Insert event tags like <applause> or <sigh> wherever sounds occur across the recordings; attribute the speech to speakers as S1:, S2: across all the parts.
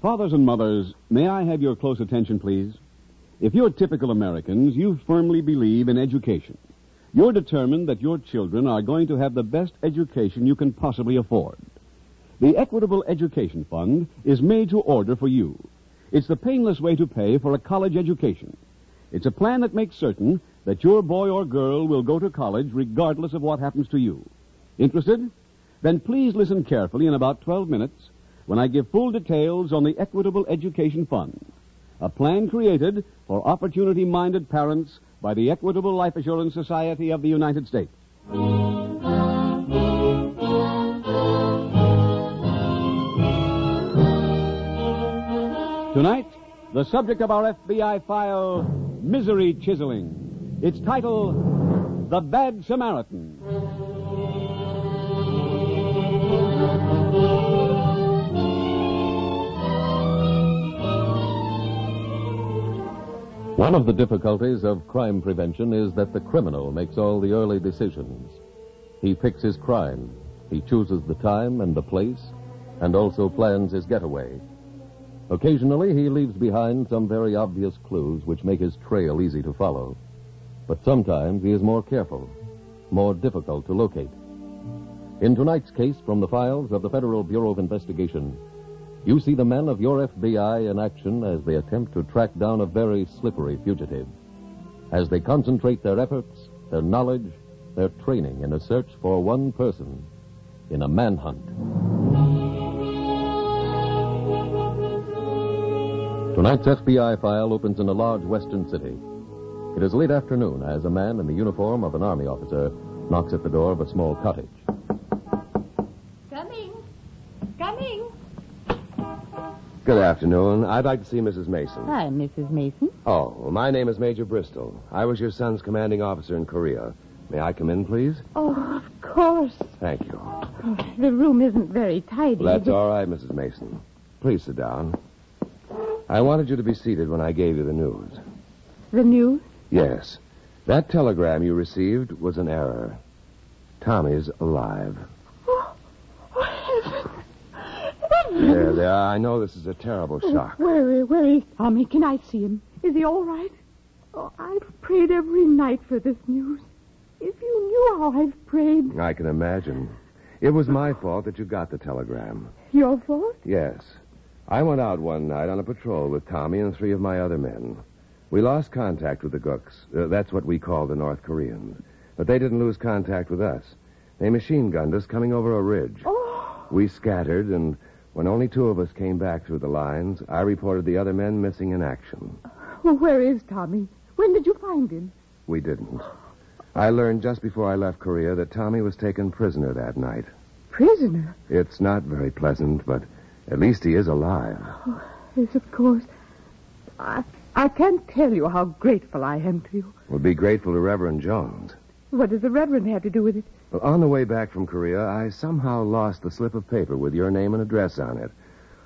S1: Fathers and mothers, may I have your close attention, please? If you're typical Americans, you firmly believe in education. You're determined that your children are going to have the best education you can possibly afford. The Equitable Education Fund is made to order for you. It's the painless way to pay for a college education. It's a plan that makes certain that your boy or girl will go to college regardless of what happens to you. Interested? Then please listen carefully in about 12 minutes when I give full details on the Equitable Education Fund, a plan created for opportunity minded parents by the Equitable Life Assurance Society of the United States. Tonight, the subject of our FBI file, Misery Chiseling. Its title, The Bad Samaritan.
S2: One of the difficulties of crime prevention is that the criminal makes all the early decisions. He picks his crime, he chooses the time and the place, and also plans his getaway. Occasionally, he leaves behind some very obvious clues which make his trail easy to follow. But sometimes he is more careful, more difficult to locate. In tonight's case, from the files of the Federal Bureau of Investigation, you see the men of your FBI in action as they attempt to track down a very slippery fugitive. As they concentrate their efforts, their knowledge, their training in a search for one person in a manhunt. Tonight's FBI file opens in a large western city. It is late afternoon as a man in the uniform of an army officer knocks at the door of a small cottage.
S3: Coming. Coming.
S4: Good afternoon. I'd like to see Mrs. Mason.
S5: Uh,
S6: Hi, Mrs. Mason.
S4: Oh, my name is Major Bristol. I was your son's commanding officer in Korea. May I come in, please?
S6: Oh, of course.
S4: Thank you.
S6: The room isn't very tidy.
S4: Well, that's all right, Mrs. Mason. Please sit down. I wanted you to be seated when I gave you the news.
S6: The news?
S4: Yes. That telegram you received was an error. Tommy's alive. Oh, There, there. I know this is a terrible shock.
S6: Where, where is Oh, Tommy? Can I see him? Is he all right? Oh, I've prayed every night for this news. If you knew how I've prayed,
S4: I can imagine. It was my fault that you got the telegram.
S6: your fault?
S4: Yes. I went out one night on a patrol with Tommy and three of my other men. We lost contact with the Gooks. Uh, that's what we call the North Koreans. But they didn't lose contact with us. They machine gunned us coming over a ridge. We scattered, and when only two of us came back through the lines, I reported the other men missing in action.
S6: Oh, where is Tommy? When did you find him?
S4: We didn't. I learned just before I left Korea that Tommy was taken prisoner that night.
S6: Prisoner.
S4: It's not very pleasant, but at least he is alive.
S6: Yes, of course. I, I can't tell you how grateful I am to you.
S4: We'll be grateful to Reverend Jones.
S6: What does the Reverend have to do with it?
S4: Well, on the way back from Korea, I somehow lost the slip of paper with your name and address on it.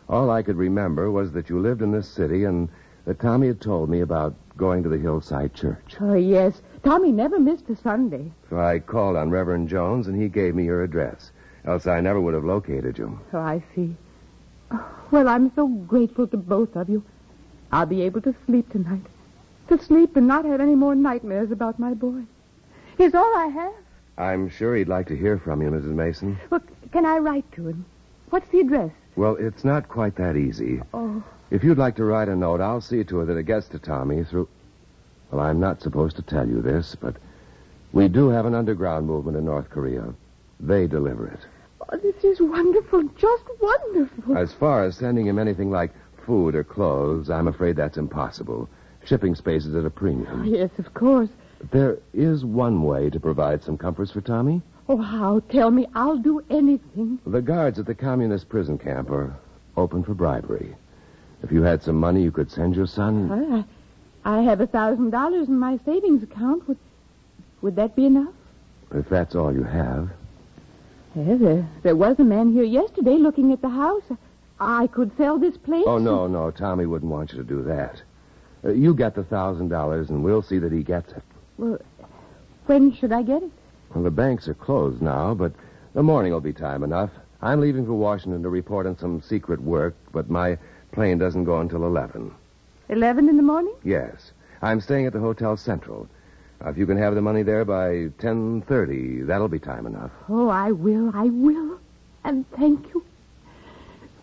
S4: All I could remember was that you lived in this city and that Tommy had told me about going to the Hillside Church.
S6: Oh, yes. Tommy never missed a Sunday.
S4: So I called on Reverend Jones and he gave me your address. Else I never would have located you.
S6: Oh, I see. Well, I'm so grateful to both of you. I'll be able to sleep tonight. To sleep and not have any more nightmares about my boy. He's all I have.
S4: I'm sure he'd like to hear from you, Mrs. Mason.
S6: Well, can I write to him? What's the address?
S4: Well, it's not quite that easy.
S6: Oh,
S4: If you'd like to write a note, I'll see to it that it gets to Tommy through. Well, I'm not supposed to tell you this, but we do have an underground movement in North Korea. They deliver it.
S6: oh this is wonderful. Just wonderful.
S4: As far as sending him anything like food or clothes, I'm afraid that's impossible. Shipping space is at a premium.
S6: yes, of course.
S4: There is one way to provide some comforts for Tommy.
S6: Oh, how? Tell me. I'll do anything.
S4: The guards at the communist prison camp are open for bribery. If you had some money you could send your son.
S6: I, Uh, I have a thousand dollars in my savings account. Would, would that be enough?
S4: If that's all you have.
S6: Well, there, uh, there was a man here yesterday looking at the house. I could sell this place.
S4: Oh, no, no. Tommy wouldn't want you to do that. Uh, you get the thousand dollars, and we'll see that he gets it.
S6: Well, when should I get it?
S4: Well, the banks are closed now, but the morning will be time enough. I'm leaving for Washington to report on some secret work, but my plane doesn't go until 11.
S6: 11 in the morning?
S4: Yes. I'm staying at the Hotel Central. Now, if you can have the money there by 10:30, that'll be time enough.
S6: Oh, I will. I will. And thank you.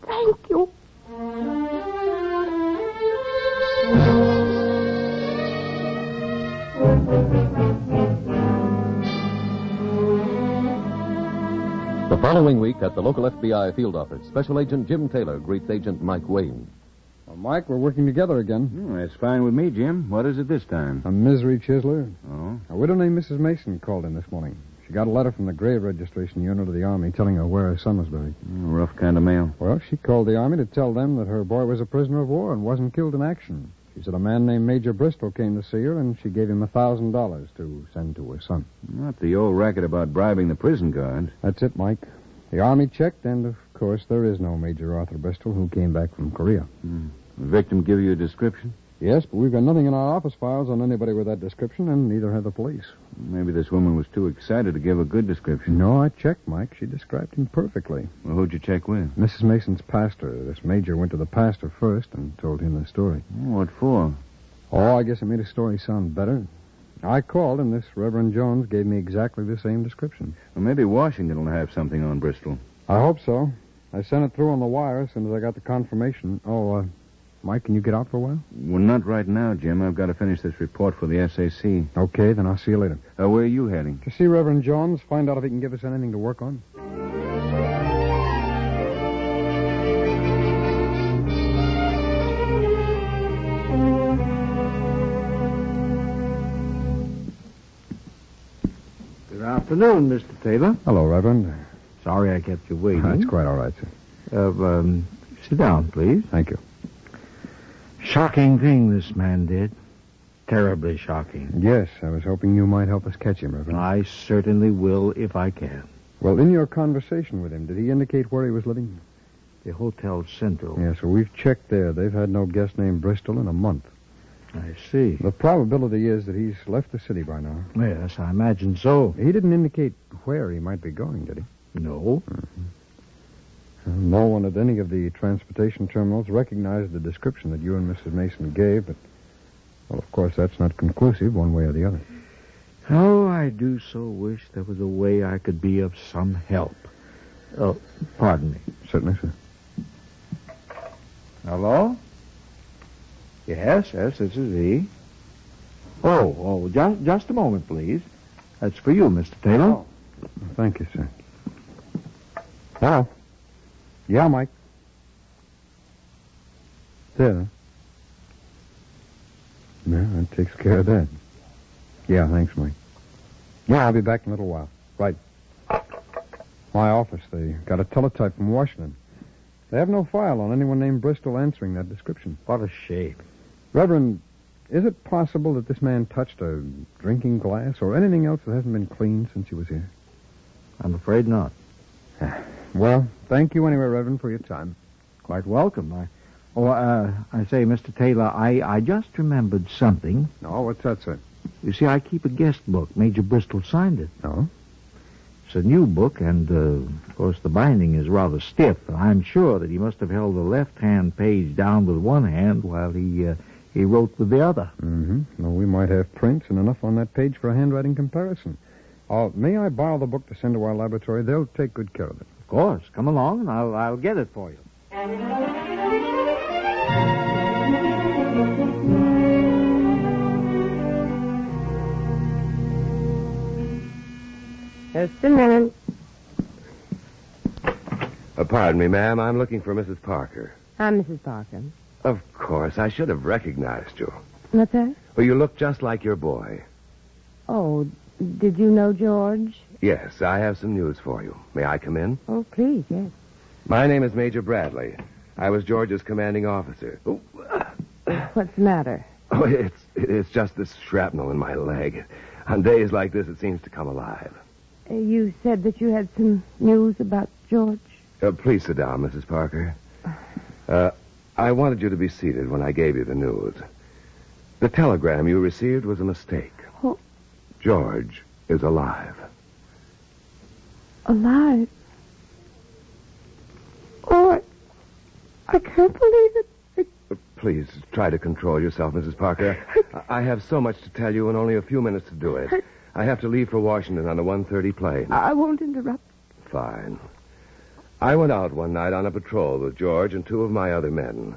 S6: Thank you.
S2: The following week at the local FBI field office, Special Agent Jim Taylor greets Agent Mike Wayne.
S7: Well, Mike, we're working together again.
S8: Hmm, that's fine with me, Jim. What is it this time?
S7: A misery chiseler.
S8: Oh,
S7: A widow named Mrs. Mason called in this morning. She got a letter from the grave registration unit of the Army telling her where her son was buried.
S8: rough kind of mail.
S7: Well, she called the Army to tell them that her boy was a prisoner of war and wasn't killed in action. She said a man named Major Bristol came to see her, and she gave him a $1,000 to send to her son.
S8: Not the old racket about bribing the prison guards.
S7: That's it, Mike. The Army checked, and of course, there is no Major Arthur Bristol who came back from Korea.
S8: The victim give you a description?
S7: Yes, but we've got nothing in our office files on anybody with that description, and neither have the police.
S8: Maybe this woman was too excited to give a good description.
S7: No, I checked, Mike. She described him perfectly.
S8: Well, who'd you check with?
S7: Mrs. Mason's pastor. This major went to the pastor first and told him the story.
S8: What for?
S7: Oh, I guess it made his story sound better. I called, and this Reverend Jones gave me exactly the same description.
S8: Well, maybe Washington will have something on Bristol.
S7: I hope so. I sent it through on the wire as soon as I got the confirmation. Oh, uh, Mike, can you get out for a while?
S8: Well, not right now, Jim. I've got to finish this report for the SAC.
S7: Okay, then I'll see you later.
S8: Uh, where are you heading?
S7: To see Reverend Jones, find out if he can give us anything to work on.
S9: Good afternoon, Mr. Taylor.
S7: Hello, Reverend.
S9: Sorry I kept you waiting.
S7: That's quite all right, sir.
S9: Uh, um, sit down, please.
S7: Thank you.
S9: Shocking thing this man did. Terribly shocking.
S7: Yes, I was hoping you might help us catch him, Reverend.
S9: I certainly will if I can.
S7: Well, in your conversation with him, did he indicate where he was living?
S9: The Hotel Central.
S7: Yes, well, we've checked there. They've had no guest named Bristol in a month.
S9: I see.
S7: The probability is that he's left the city by now.
S9: Yes, I imagine so.
S7: He didn't indicate where he might be going, did he? Mm-hmm. Uh,
S9: No.
S7: No one at any of the transportation terminals recognized the description that you and Mrs. Mason gave, but, well, of course, that's not conclusive one way or the other.
S9: Oh, I do so wish there was a way I could be of some help. Oh, pardon me.
S7: Certainly, sir.
S9: Hello? Yes, yes, this is he. Oh, oh, just, just a moment, please. That's for you, Mr. Taylor.
S7: Thank you, sir. Hello. Yeah, Mike. There. Yeah, that takes care of that. Yeah, thanks, Mike. Yeah, I'll be back in a little while. Right. My office, they got a teletype from Washington. They have no file on anyone named Bristol answering that description.
S9: What a shame.
S7: Reverend, is it possible that this man touched a drinking glass or anything else that hasn't been cleaned since he was here?
S9: I'm afraid <sighs> not.
S7: Well, thank you anyway, Reverend, for your time.
S9: Quite welcome. I, oh, uh, I say, Mr. Taylor, I, I just remembered something.
S7: No, what's that, sir?
S9: You see, I keep a guest book. Major Bristol signed it.
S7: No.
S9: It's a new book, and, uh, of course, the binding is rather stiff. I'm sure that he must have held the left-hand page down with one hand while he, uh, he wrote with the other.
S7: Mm-hmm. Well, we might have prints and enough on that page for a handwriting comparison. Uh, may I borrow the book to send to our laboratory? They'll take good care of it.
S9: Of course. Come along, and I'll, I'll get it for you.
S6: Just a minute.
S4: Uh, pardon me, ma'am. I'm looking for Mrs. Parker.
S6: I'm Mrs. Parker.
S4: Of course. I should have recognized you.
S6: What's that?
S4: Well, you look just like your boy.
S5: Oh, did you know George?
S4: Yes, I have some news for you. May I come in?
S5: Oh, please, yes.
S4: My name is Major Bradley. I was George's commanding officer. Oh,
S5: <clears throat> What's the matter?
S4: oh, it's it's just this shrapnel in my leg. On days like this, it seems to come alive.
S5: Uh, You said that you had some news about George.
S4: Uh, please sit down, Mrs. Parker. Uh, I wanted you to be seated when I gave you the news. The telegram you received was a mistake.
S5: Oh.
S4: George is alive.
S5: Alive. Oh, I, I can't believe it.
S4: Please try to control yourself, Mrs. <laughs> Parker. I I have so much to tell you and only a few minutes to do it. I have to leave for Washington on a 1:30 plane.
S5: I won't interrupt.
S4: Fine. I went out one night on a patrol with George and two of my other men.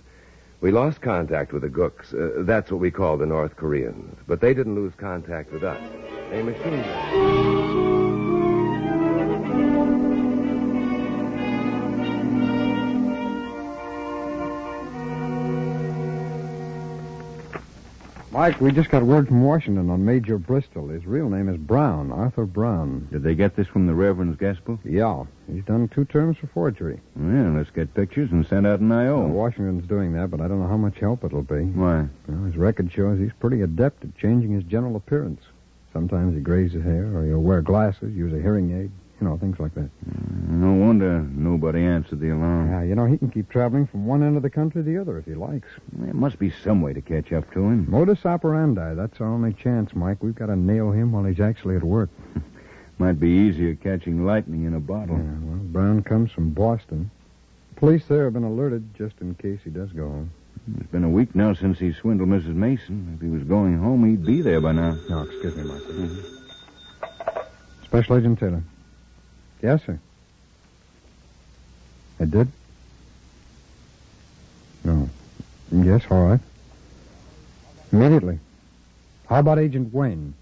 S4: We lost contact with the Gooks. Uh, that's what we call the North Koreans. But they didn't lose contact with us. They machine gunned.
S7: Mike, we just got word from Washington on Major Bristol. His real name is Brown, Arthur Brown.
S9: Did they get this from the Reverend Gaspel?
S7: Yeah, he's done two terms for forgery.
S9: Well, let's get pictures and send out an
S7: Now,
S9: I.O.
S7: Washington's doing that, but I don't know how much help it'll be.
S9: Why?
S7: Well, his record shows he's pretty adept at changing his general appearance. Sometimes he grays his hair, or he'll wear glasses, use a hearing aid, you know, things like that.
S9: No wonder nobody answered the alarm.
S7: Yeah, you know, he can keep traveling from one end of the country to the other if he likes.
S9: There must be some way to catch up to him.
S7: Modus operandi, that's our only chance, Mike. We've got to nail him while he's actually at work.
S9: <laughs> Might be easier catching lightning in a bottle.
S7: Yeah, well, Brown comes from Boston. Police there have been alerted just in case he does go home.
S9: It's been a week now since he swindled Mrs. Mason. If he was going home, he'd be there by now.
S7: No, excuse me, Mike. Special Agent Taylor. Yes, sir. It did? No. Yes, all right. Immediately. How about Agent Wayne?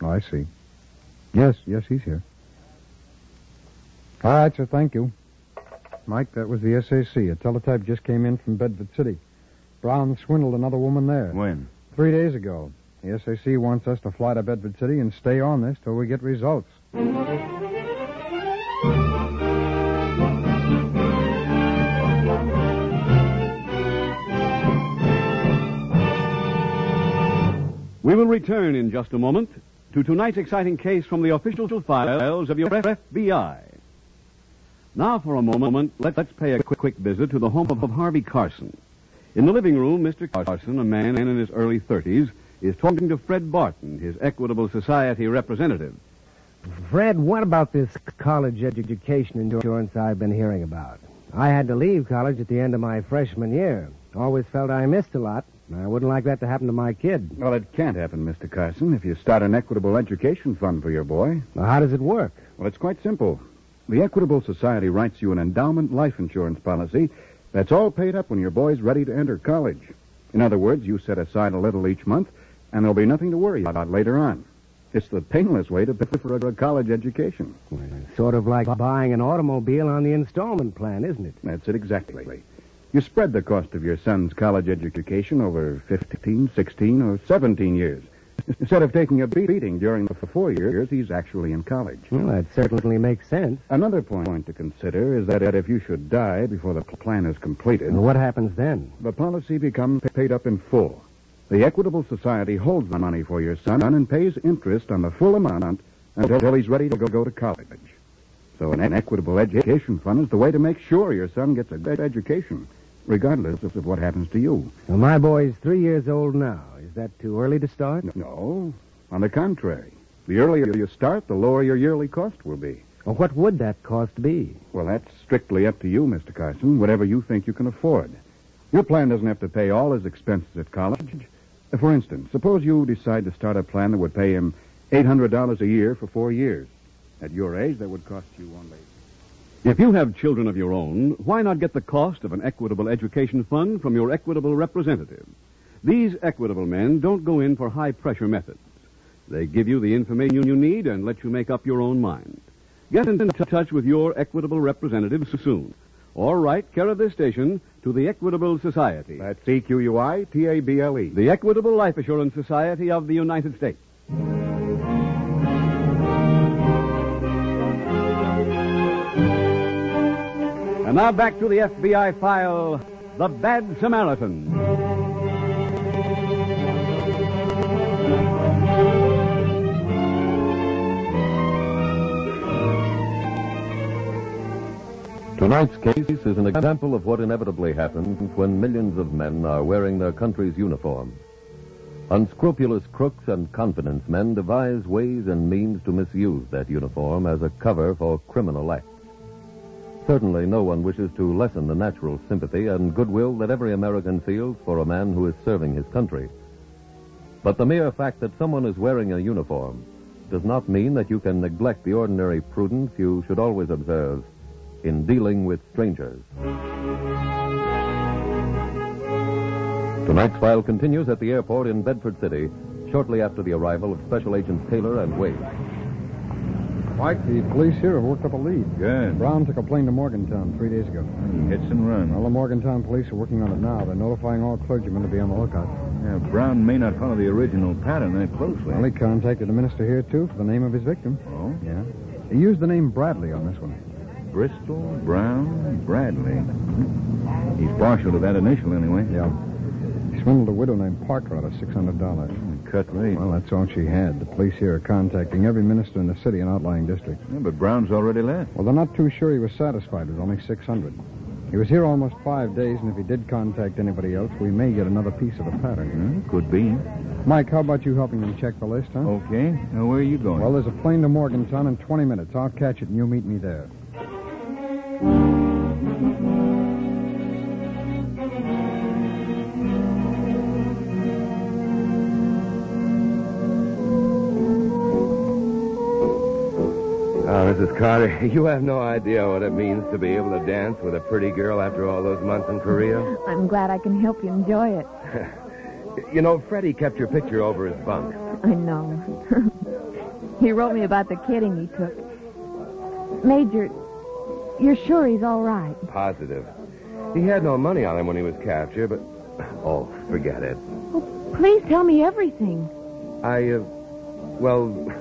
S7: Oh, I see. Yes, yes, he's here. All right, sir, thank you. Mike, that was the SAC. A teletype just came in from Bedford City. Brown swindled another woman there.
S9: When?
S7: Three days ago. The SAC wants us to fly to Bedford City and stay on this till we get results.
S1: We will return in just a moment to tonight's exciting case from the official files of your FBI. Now, for a moment, let, us pay a quick, quick visit to the home of, of Harvey Carson. In the living room, Mr. Carson, a man in his early 30s, is talking to Fred Barton, his Equitable Society representative.
S10: Fred, what about this college education insurance I've been hearing about? I had to leave college at the end of my freshman year. Always felt I missed a lot. I wouldn't like that to happen to my kid.
S9: Well, it can't happen, Mr. Carson, if you start an equitable education fund for your boy.
S10: Now, how does it work?
S9: Well, it's quite simple. The Equitable Society writes you an endowment life insurance policy that's all paid up when your boy's ready to enter college. In other words, you set aside a little each month, and there'll be nothing to worry about later on. It's the painless way to pay for a college education.
S10: Sort of like buying an automobile on the installment plan, isn't it?
S9: That's it exactly. You spread the cost of your son's college education over 15, 16, or 17 years. Instead of taking a beating during the four years he's actually in college.
S10: Well, that certainly makes sense.
S9: Another point to consider is that if you should die before the plan is completed,
S10: And what happens then?
S9: the policy becomes paid up in full. The Equitable Society holds the money for your son and pays interest on the full amount until he's ready to go, go to college. So an equitable education fund is the way to make sure your son gets a good education, regardless of what happens to you.
S10: Now, my boy's three years old now. Is that too early to start?
S9: No, on the contrary. The earlier you start, the lower your yearly cost will be.
S10: Or what would that cost be?
S9: Well, that's strictly up to you, Mr. Carson, whatever you think you can afford. Your plan doesn't have to pay all his expenses at college. For instance, suppose you decide to start a plan that would pay him $800 a year for four years. At your age, that would cost you only.
S1: If you have children of your own, why not get the cost of an equitable education fund from your equitable representative? These equitable men don't go in for high pressure methods. They give you the information you need and let you make up your own mind. Get in t- touch with your equitable representative soon. or write care of this station to the Equitable Society.
S9: That's EQUI TABLE.
S1: The Equitable Life Assurance Society of the United States. And now back to the FBI file The Bad Samaritan.
S2: Tonight's case is an example of what inevitably happens when millions of men are wearing their country's uniform. Unscrupulous crooks and confidence men devise ways and means to misuse that uniform as a cover for criminal acts. Certainly, no one wishes to lessen the natural sympathy and goodwill that every American feels for a man who is serving his country. But the mere fact that someone is wearing a uniform does not mean that you can neglect the ordinary prudence you should always observe in dealing with strangers. Tonight's file continues at the airport in Bedford City shortly after the arrival of Special Agents Taylor and Wade.
S7: Mike, the police here have worked up a lead.
S8: Good.
S7: Brown took a plane to Morgantown three days ago.
S8: Hits and runs.
S7: Well, the Morgantown police are working on it now. They're notifying all clergymen to be on the lookout.
S8: Yeah, Brown may not follow the original pattern that closely.
S7: Well, he contacted a minister here, too, for the name of his victim.
S8: Oh?
S7: Yeah. He used the name Bradley on this one.
S8: Bristol, Brown, Bradley. He's partial to that initial, anyway.
S7: Yeah. He swindled a widow named Parker out of $600.
S8: Cut rate.
S7: Well, that's all she had. The police here are contacting every minister in the city and outlying districts.
S8: Yeah, but Brown's already left.
S7: Well, they're not too sure he was satisfied with only 600. He was here almost five days, and if he did contact anybody else, we may get another piece of the pattern.
S8: Hmm, could be.
S7: Mike, how about you helping them check the list, huh?
S8: Okay. Now, where are you going?
S7: Well, there's a plane to Morgantown in 20 minutes. I'll catch it, and you meet me there.
S4: Oh, Mrs. Carter, <laughs> you have no idea what it means to be able to dance with a pretty girl after all those months in Korea.
S11: I'm glad I can help you enjoy it.
S4: <laughs> You know, Freddie kept your picture over his bunk.
S11: I know. <laughs> he wrote me about the kidding he took. Major, you're sure he's all right?
S4: Positive. He had no money on him when he was captured, but. <clears throat> Oh, forget it.
S11: Please tell me everything.
S4: I, uh, well,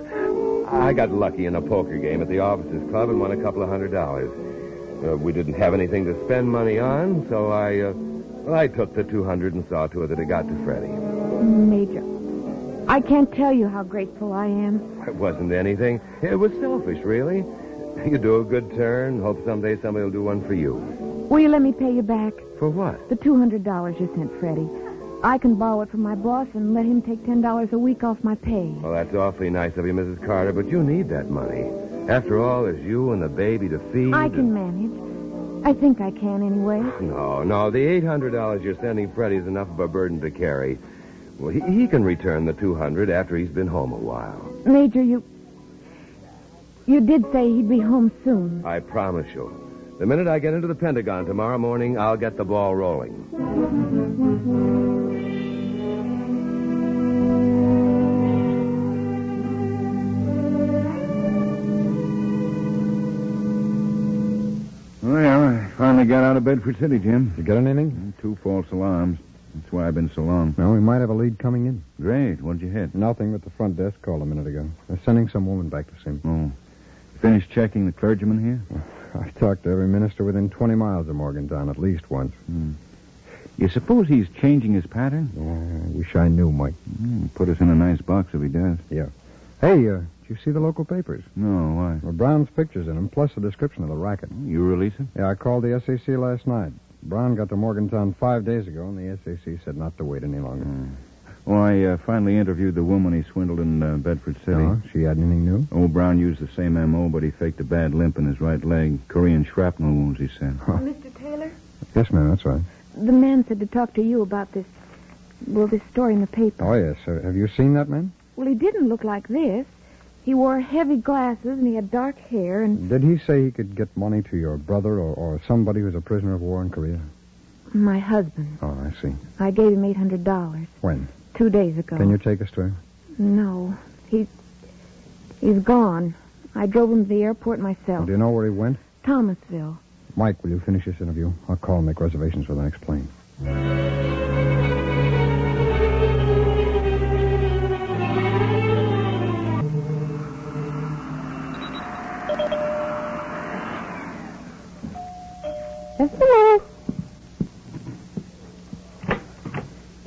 S4: I got lucky in a poker game at the officers' club and won a couple of hundred dollars. Uh, we didn't have anything to spend money on, so I, uh, well, I took the 200 and saw to it that it got to Freddie.
S11: Major, I can't tell you how grateful I am.
S4: It wasn't anything. It was selfish, really. You do a good turn, hope someday somebody will do one for you.
S11: Will you let me pay you back?
S4: For what?
S11: The $200 you sent Freddie. I can borrow it from my boss and let him take $10 a week off my pay.
S4: Well, that's awfully nice of you, Mrs. Carter, but you need that money. After all, there's you and the baby to feed.
S11: I
S4: and-
S11: can manage. I think I can anyway.
S4: No, no, the eight hundred dollars you're sending Freddie is enough of a burden to carry. Well, he, he can return the two hundred after he's been home a while.
S11: Major, you. You did say he'd be home soon.
S4: I promise you. The minute I get into the Pentagon tomorrow morning, I'll get the ball rolling.
S8: Oh, Well, I finally got out of Bedford City, Jim.
S7: You got anything?
S8: Two false alarms. That's why I've been so long.
S7: No, we might have a lead coming in.
S8: Great. What'd you hit?
S7: Nothing but the front desk called a minute ago. They're sending some woman back to see me.
S8: Oh. Finished checking the clergyman here?
S7: <laughs> I talked to every minister within 20 miles of Morgantown at least once.
S8: Hmm. You suppose he's changing his pattern?
S7: Yeah, I wish I knew, Mike.
S8: Hmm, put us in a nice box if he does.
S7: Hey, uh, did you see the local papers?
S8: No, why? Oh,
S7: Well, Brown's pictures in them, plus the description of the racket.
S8: You release him?
S7: Yeah, I called the SAC last night. Brown got to Morgantown five days ago, and the SAC said not to wait any longer.
S8: Hmm.
S7: Uh-huh.
S8: Well, I uh, finally interviewed the woman he swindled in uh, Bedford City.
S7: No, Uh-huh, she had anything new?
S8: Old Brown used the same M.O., but he faked a bad limp in his right leg. Korean shrapnel wounds, he said.
S3: Mr. Taylor?
S7: <laughs> Yes, ma'am, that's right.
S11: The man said to talk to you about this. Well, this story in the paper.
S7: Oh, yes. Uh, have you seen that man?
S11: Well, he didn't look like this. He wore heavy glasses and he had dark hair and.
S7: Did he say he could get money to your brother or, or somebody who's a prisoner of war in Korea?
S11: My husband.
S7: Oh, I see.
S11: I gave him eight hundred dollars
S7: When?
S11: two days ago.
S7: Can you take us to him?
S11: No, he's he's gone. I drove him to the airport myself.
S7: Do you know where he went?
S11: Thomasville.
S7: Mike, will you finish this interview? I'll call and make reservations for the next plane.
S5: Just a minute.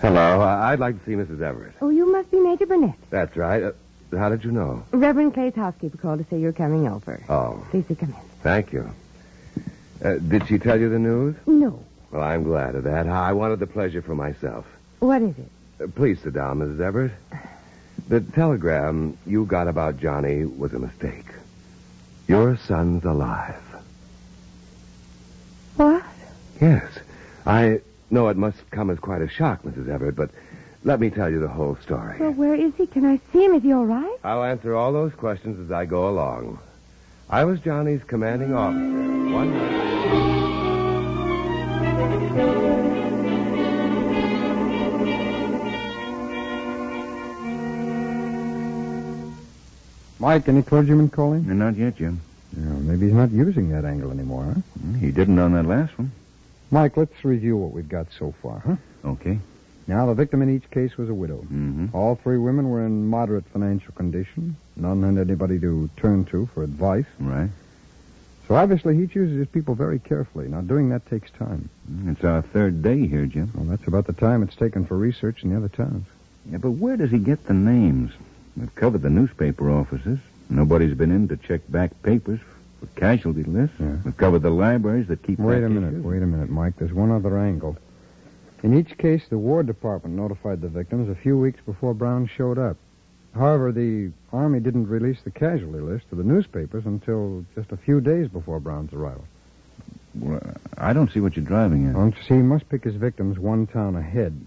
S4: Hello. I- I'd like to see Mrs. Everett.
S5: Oh, you must be Major Burnett.
S4: That's right. Uh, how did you know?
S5: Reverend Clay's housekeeper called to say you're coming over.
S4: Oh,
S5: Please do come in.
S4: thank you. Uh, did she tell you the news?
S5: No.
S4: Well, I'm glad of that. I wanted the pleasure for myself.
S5: What is it?
S4: Uh, please sit down, Mrs. Everett. The telegram you got about Johnny was a mistake. Your son's alive.
S5: What?
S4: Yes. I know it must come as quite a shock, Mrs. Everett, but let me tell you the whole story.
S5: Well, where is he? Can I see him? Is he all right?
S4: I'll answer all those questions as I go along. I was Johnny's commanding officer. One
S7: Mike, any clergyman calling?
S8: Not yet, Jim.
S7: Yeah, maybe he's not using that angle anymore, huh?
S8: He didn't on that last one.
S7: Mike, let's review what we've got so far, huh?
S8: Okay.
S7: Now, the victim in each case was a widow.
S8: Mm-hmm.
S7: All three women were in moderate financial condition. None had anybody to turn to for advice.
S8: Right.
S7: So obviously he chooses his people very carefully. Now doing that takes time.
S8: It's our third day here, Jim.
S7: Well, that's about the time it's taken for research in the other towns.
S8: Yeah, but where does he get the names? We've covered the newspaper offices. Nobody's been in to check back papers for casualty lists.
S7: Yeah.
S8: We've covered the libraries that keep.
S7: Wait
S8: back
S7: a minute,
S8: issues.
S7: wait a minute, Mike. There's one other angle. In each case, the War Department notified the victims a few weeks before Brown showed up. However, the Army didn't release the casualty list to the newspapers until just a few days before Brown's arrival.
S8: Well, I don't see what you're driving at.
S7: Don't you see? He must pick his victims one town ahead.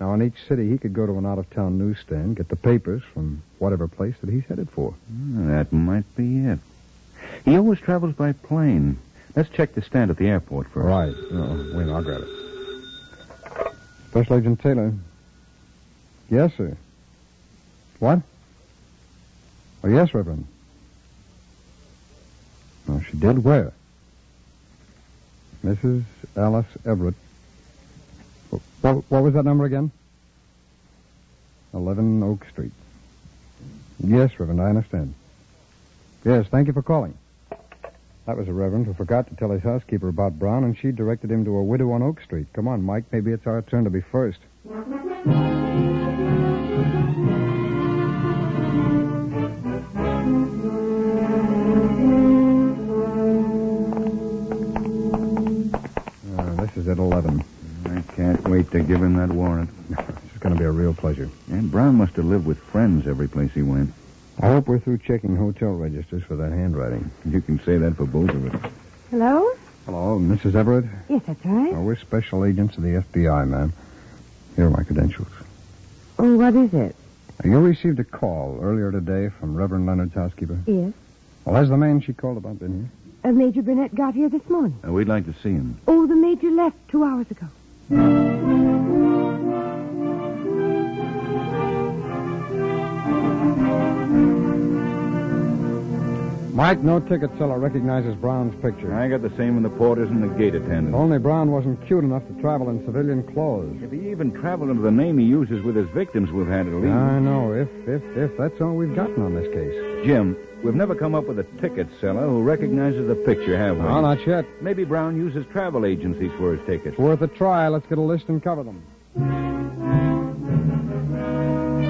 S7: Now, in each city, he could go to an out of town newsstand, get the papers from whatever place that he's headed for.
S8: Hmm, That might be it. He always travels by plane. Let's check the stand at the airport first.
S7: Right. No, wait, I'll grab it. Special Agent Taylor. Yes, sir. What? Oh, yes, Reverend. No, she did where? Mrs. Alice Everett. Wh- What, what was that number again? 11 Oak Street. Yes, Reverend, I understand. Yes, thank you for calling. That was a reverend who forgot to tell his housekeeper about Brown, and she directed him to a widow on Oak Street. Come on, Mike. Maybe it's our turn to be first. Uh, this is at 11.
S8: I can't wait to give him that warrant. <laughs>
S7: This is going to be a real pleasure.
S8: And Brown must have lived with friends every place he went.
S7: I hope we're through checking hotel registers for that handwriting.
S8: You can say that for both of us.
S5: Hello?
S7: Hello, Mrs. Everett.
S5: Yes, that's right.
S7: Uh, we're special agents of the FBI, ma'am. Here are my credentials.
S5: Oh, what is it?
S7: Now, You received a call earlier today from Reverend Leonard's housekeeper.
S5: Yes.
S7: Well, has the man she called about been here?
S5: Uh, Major Burnett got here this morning.
S8: Uh, we'd like to see him.
S5: Oh, the Major left two hours ago.
S7: Mike, no ticket seller recognizes Brown's picture.
S8: I got the same in the porters and the gate attendants.
S7: Only Brown wasn't cute enough to travel in civilian clothes.
S8: If he even traveled under the name he uses with his victims, we've had it least.
S7: I know. If, if, if that's all we've gotten on this case.
S8: Jim, we've never come up with a ticket seller who recognizes the picture, have we?
S7: No, not yet.
S8: Maybe Brown uses travel agencies for his tickets.
S7: It's worth a try. Let's get a list and cover them.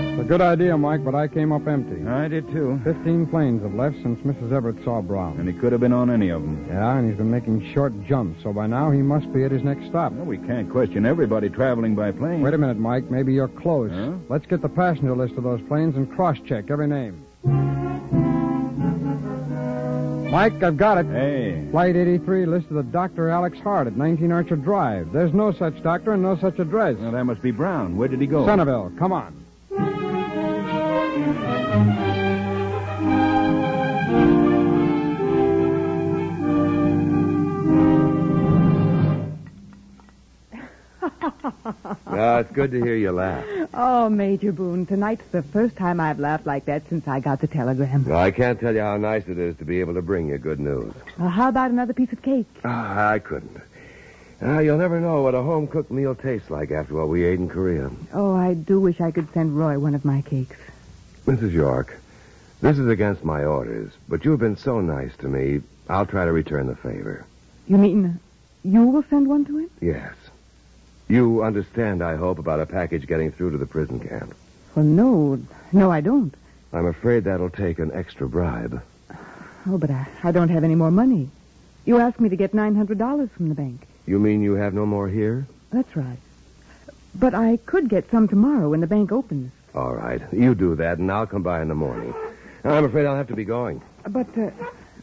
S7: It's a good idea, Mike, but I came up empty.
S8: I did too.
S7: Fifteen planes have left since Mrs. Everett saw Brown.
S8: And he could have been on any of them.
S7: Yeah, and he's been making short jumps, so by now he must be at his next stop.
S8: Well, we can't question everybody traveling by plane.
S7: Wait a minute, Mike. Maybe you're close.
S8: Huh?
S7: Let's get the passenger list of those planes and cross check every name. Mike, I've got it.
S8: Hey,
S7: Flight 83 listed a Dr. Alex Hart at 19 Archer Drive. There's no such doctor and no such address.
S8: well, that must be Brown. Where did he go?
S7: Centerville, come on.
S4: No, it's good to hear you laugh.
S5: <laughs> Oh, Major Boone, tonight's the first time I've laughed like that since I got the telegram.
S4: No, I can't tell you how nice it is to be able to bring you good news.
S5: Uh, how about another piece of cake?
S4: Ah, I couldn't. Ah, you'll never know what a home cooked meal tastes like after what we ate in Korea.
S5: Oh, I do wish I could send Roy one of my cakes.
S4: Mrs. York, this is against my orders, but you've been so nice to me, I'll try to return the favor.
S5: You mean you will send one to him?
S4: Yes. You understand, I hope, about a package getting through to the prison camp.
S5: Well, no. No, I don't.
S4: I'm afraid that'll take an extra bribe.
S5: Oh, but I, I don't have any more money. You asked me to get $900 from the bank.
S4: You mean you have no more here?
S5: That's right. But I could get some tomorrow when the bank opens.
S4: All right. You do that, and I'll come by in the morning. I'm afraid I'll have to be going.
S5: But uh,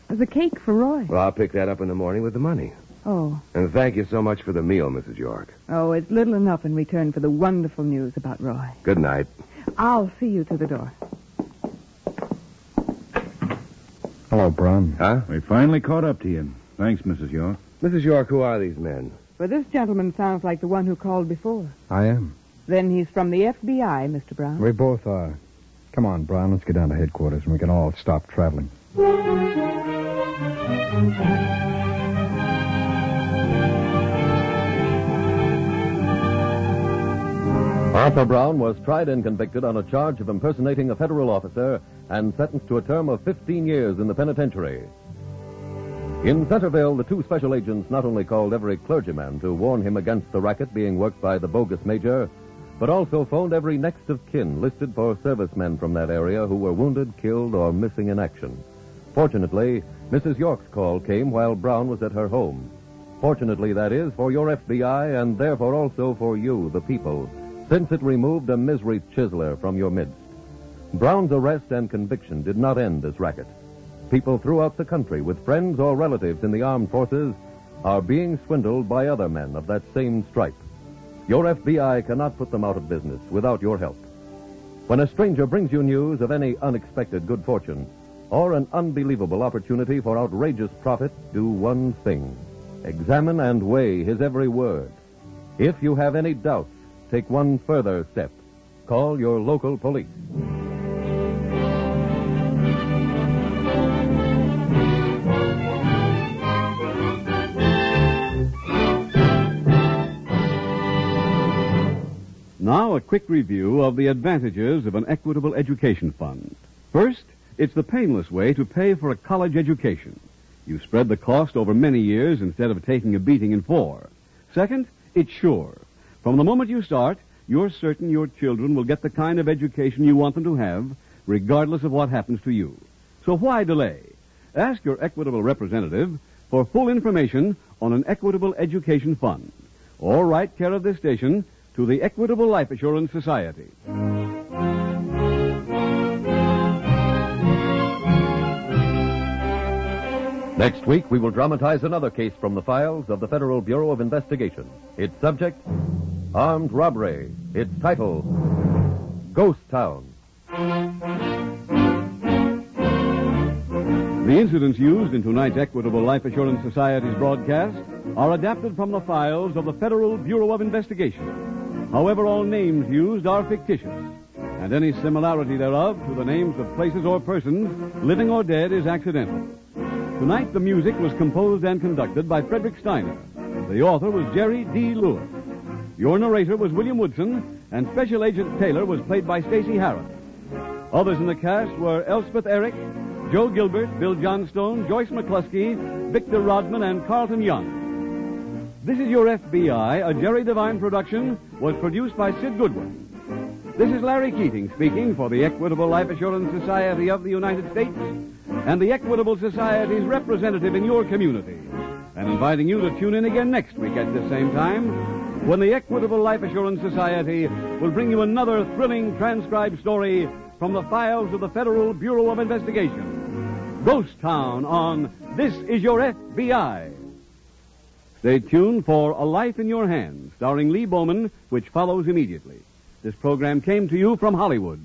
S5: the cake for Roy.
S4: Well, I'll pick that up in the morning with the money.
S5: Oh.
S4: And thank you so much for the meal, Mrs. York.
S5: Oh, it's little enough in return for the wonderful news about Roy.
S4: Good night.
S5: I'll see you to the door.
S7: Hello, Brown.
S4: Huh?
S8: We finally caught up to you. Thanks, Mrs. York.
S4: Mrs. York, who are these men?
S5: Well, this gentleman sounds like the one who called before.
S7: I am.
S5: Then he's from the FBI, Mr. Brown.
S7: We both are. Come on, Brown. Let's get down to headquarters and we can all stop traveling.
S2: Arthur Brown was tried and convicted on a charge of impersonating a federal officer and sentenced to a term of 15 years in the penitentiary. In Centerville, the two special agents not only called every clergyman to warn him against the racket being worked by the bogus major, but also phoned every next of kin listed for servicemen from that area who were wounded, killed, or missing in action. Fortunately, Mrs. York's call came while Brown was at her home. Fortunately, that is, for your FBI and therefore also for you, the people, since it removed a misery chiseler from your midst. Brown's arrest and conviction did not end this racket. People throughout the country, with friends or relatives in the armed forces, are being swindled by other men of that same stripe. Your FBI cannot put them out of business without your help. When a stranger brings you news of any unexpected good fortune or an unbelievable opportunity for outrageous profit, do one thing examine and weigh his every word. If you have any doubts, take one further step call your local police.
S1: Now, a quick review of the advantages of an equitable education fund. First, it's the painless way to pay for a college education. You spread the cost over many years instead of taking a beating in four. Second, it's sure. From the moment you start, you're certain your children will get the kind of education you want them to have, regardless of what happens to you. So why delay? Ask your equitable representative for full information on an equitable education fund. Or write care of this station to the Equitable Life Assurance Society.
S2: Next week, we will dramatize another case from the files of the Federal Bureau of Investigation. Its subject, Armed Robbery. Its title, Ghost Town.
S1: The incidents used in tonight's Equitable Life Assurance Society's broadcast are adapted from the files of the Federal Bureau of Investigation. However, all names used are fictitious, and any similarity thereof to the names of places or persons, living or dead, is accidental. Tonight, the music was composed and conducted by Frederick Steiner. The author was Jerry D. Lewis. Your narrator was William Woodson, and Special Agent Taylor was played by Stacy Harris. Others in the cast were Elspeth Eric, Joe Gilbert, Bill Johnstone, Joyce McCluskey, Victor Rodman, and Carlton Young. This is Your FBI, a Jerry Devine production, was produced by Sid Goodwin. This is Larry Keating speaking for the Equitable Life Assurance Society of the United States and the Equitable Society's representative in your community, and inviting you to tune in again next week at this same time when the Equitable Life Assurance Society will bring you another thrilling transcribed story from the files of the Federal Bureau of Investigation. Ghost Town on This Is Your FBI. Stay tuned for A Life in Your Hands, starring Lee Bowman, which follows immediately. This program came to you from Hollywood